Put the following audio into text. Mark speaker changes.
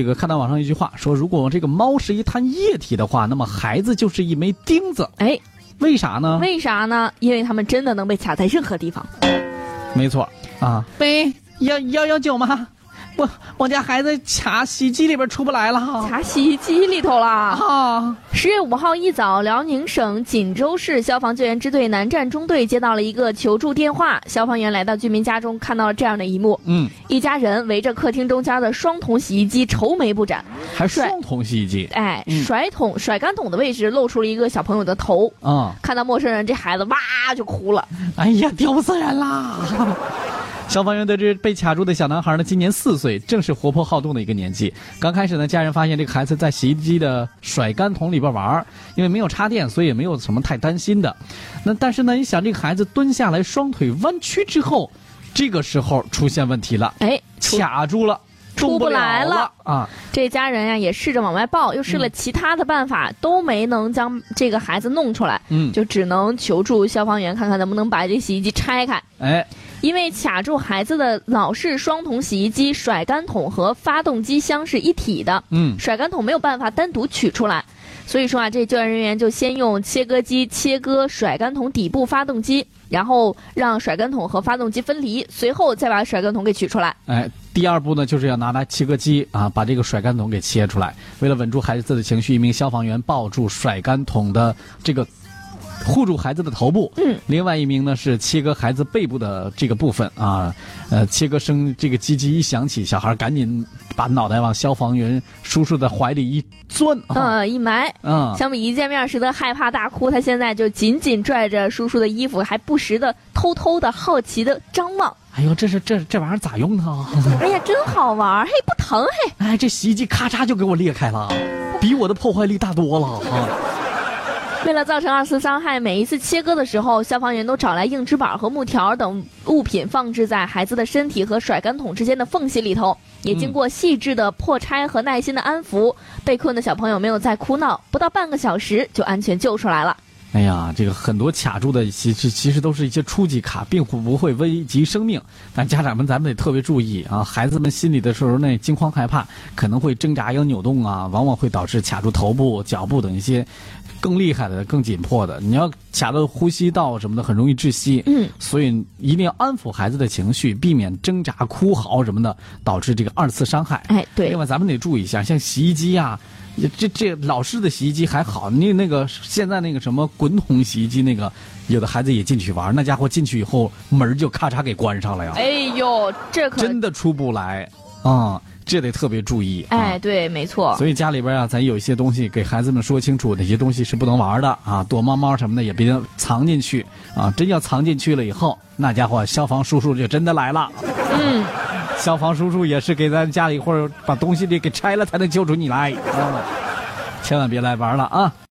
Speaker 1: 这个看到网上一句话说，如果这个猫是一滩液体的话，那么孩子就是一枚钉子。
Speaker 2: 哎，
Speaker 1: 为啥呢？
Speaker 2: 为啥呢？因为他们真的能被卡在任何地方。
Speaker 1: 没错啊。喂，幺幺幺九吗？我我家孩子卡洗衣机里边出不来了
Speaker 2: 卡洗衣机里头啦！
Speaker 1: 啊！
Speaker 2: 十月五号一早，辽宁省锦州市消防救援支队南站中队接到了一个求助电话，消防员来到居民家中，看到了这样的一幕：
Speaker 1: 嗯，
Speaker 2: 一家人围着客厅中间的双桶洗衣机愁眉不展，
Speaker 1: 还
Speaker 2: 帅
Speaker 1: 双筒洗衣机
Speaker 2: 哎，
Speaker 1: 嗯
Speaker 2: 甩桶甩干桶的位置露出了一个小朋友的头。
Speaker 1: 啊！
Speaker 2: 看到陌生人，这孩子哇就哭了。
Speaker 1: 哎呀，丢死人啦！ 消防员得知被卡住的小男孩呢，今年四岁，正是活泼好动的一个年纪。刚开始呢，家人发现这个孩子在洗衣机的甩干桶里边玩儿，因为没有插电，所以也没有什么太担心的。那但是呢，一想这个孩子蹲下来，双腿弯曲之后，这个时候出现问题了，
Speaker 2: 哎，
Speaker 1: 卡住了，动
Speaker 2: 出不来
Speaker 1: 了
Speaker 2: 了
Speaker 1: 啊！
Speaker 2: 这家人呀、也试着往外抱，又试了其他的办法，都没能将这个孩子弄出来，
Speaker 1: 嗯，
Speaker 2: 就只能求助消防员看看能不能把这洗衣机拆开。
Speaker 1: 哎，
Speaker 2: 因为卡住孩子的老式双筒洗衣机甩干桶和发动机箱是一体的，
Speaker 1: 嗯，
Speaker 2: 甩干桶没有办法单独取出来，所以说啊，这救援人员就先用切割机切割甩干桶底部发动机，然后让甩干桶和发动机分离，随后再把甩干桶给取出来。
Speaker 1: 哎，第二步呢，就是要拿来切割机啊，把这个甩干桶给切出来。为了稳住孩子的情绪，一名消防员抱住甩干桶的这个护住孩子的头部，
Speaker 2: 嗯，
Speaker 1: 另外一名呢是切割孩子背部的这个部分啊，呃，切割声这个叽叽一响起，小孩赶紧把脑袋往消防员叔叔的怀里一钻啊，
Speaker 2: 嗯，一埋。
Speaker 1: 嗯，
Speaker 2: 小米一见面时的害怕大哭，他现在就紧紧拽着叔叔的衣服，还不时的偷偷的好奇的张望。
Speaker 1: 哎呦，这是这这玩意儿咋用呢？啊
Speaker 2: 哎呀，真好玩儿！嘿，不疼嘿。
Speaker 1: 哎，这洗衣机咔嚓就给我裂开了，比我的破坏力大多了啊。
Speaker 2: 为了造成二次伤害，每一次切割的时候，消防员都找来硬纸板和木条等物品放置在孩子的身体和甩干桶之间的缝隙里头，也经过细致的破拆和耐心的安抚，被困的小朋友没有再哭闹，不到半个小时就安全救出来了。
Speaker 1: 哎呀，这个很多卡住的其实其实都是一些初级卡，并不不会危及生命。但家长们咱们得特别注意啊，孩子们心里的时候那惊慌害怕，可能会挣扎有扭动啊，往往会导致卡住头部、脚部等一些更厉害的、更紧迫的。你要卡到呼吸道什么的，很容易窒息。
Speaker 2: 嗯，
Speaker 1: 所以一定要安抚孩子的情绪，避免挣扎、哭嚎什么的，导致这个二次伤害。
Speaker 2: 哎，对
Speaker 1: 另，外，咱们得注意一下，像洗衣机啊，也这这老式的洗衣机还好，你那个现在那个什么滚筒洗衣机，那个有的孩子也进去玩，那家伙进去以后门儿就咔嚓给关上了呀，
Speaker 2: 哎呦，这可
Speaker 1: 真的出不来啊、这得特别注意。啊
Speaker 2: 哎，对，没错。
Speaker 1: 所以家里边啊，咱有一些东西给孩子们说清楚，哪些东西是不能玩的啊，躲猫猫什么的也别藏进去啊。真要藏进去了以后，那家伙消防叔叔就真的来了。
Speaker 2: 嗯，
Speaker 1: 消防叔叔也是给咱家里或者把东西得给拆了才能救出你来啊！千万别来玩了啊！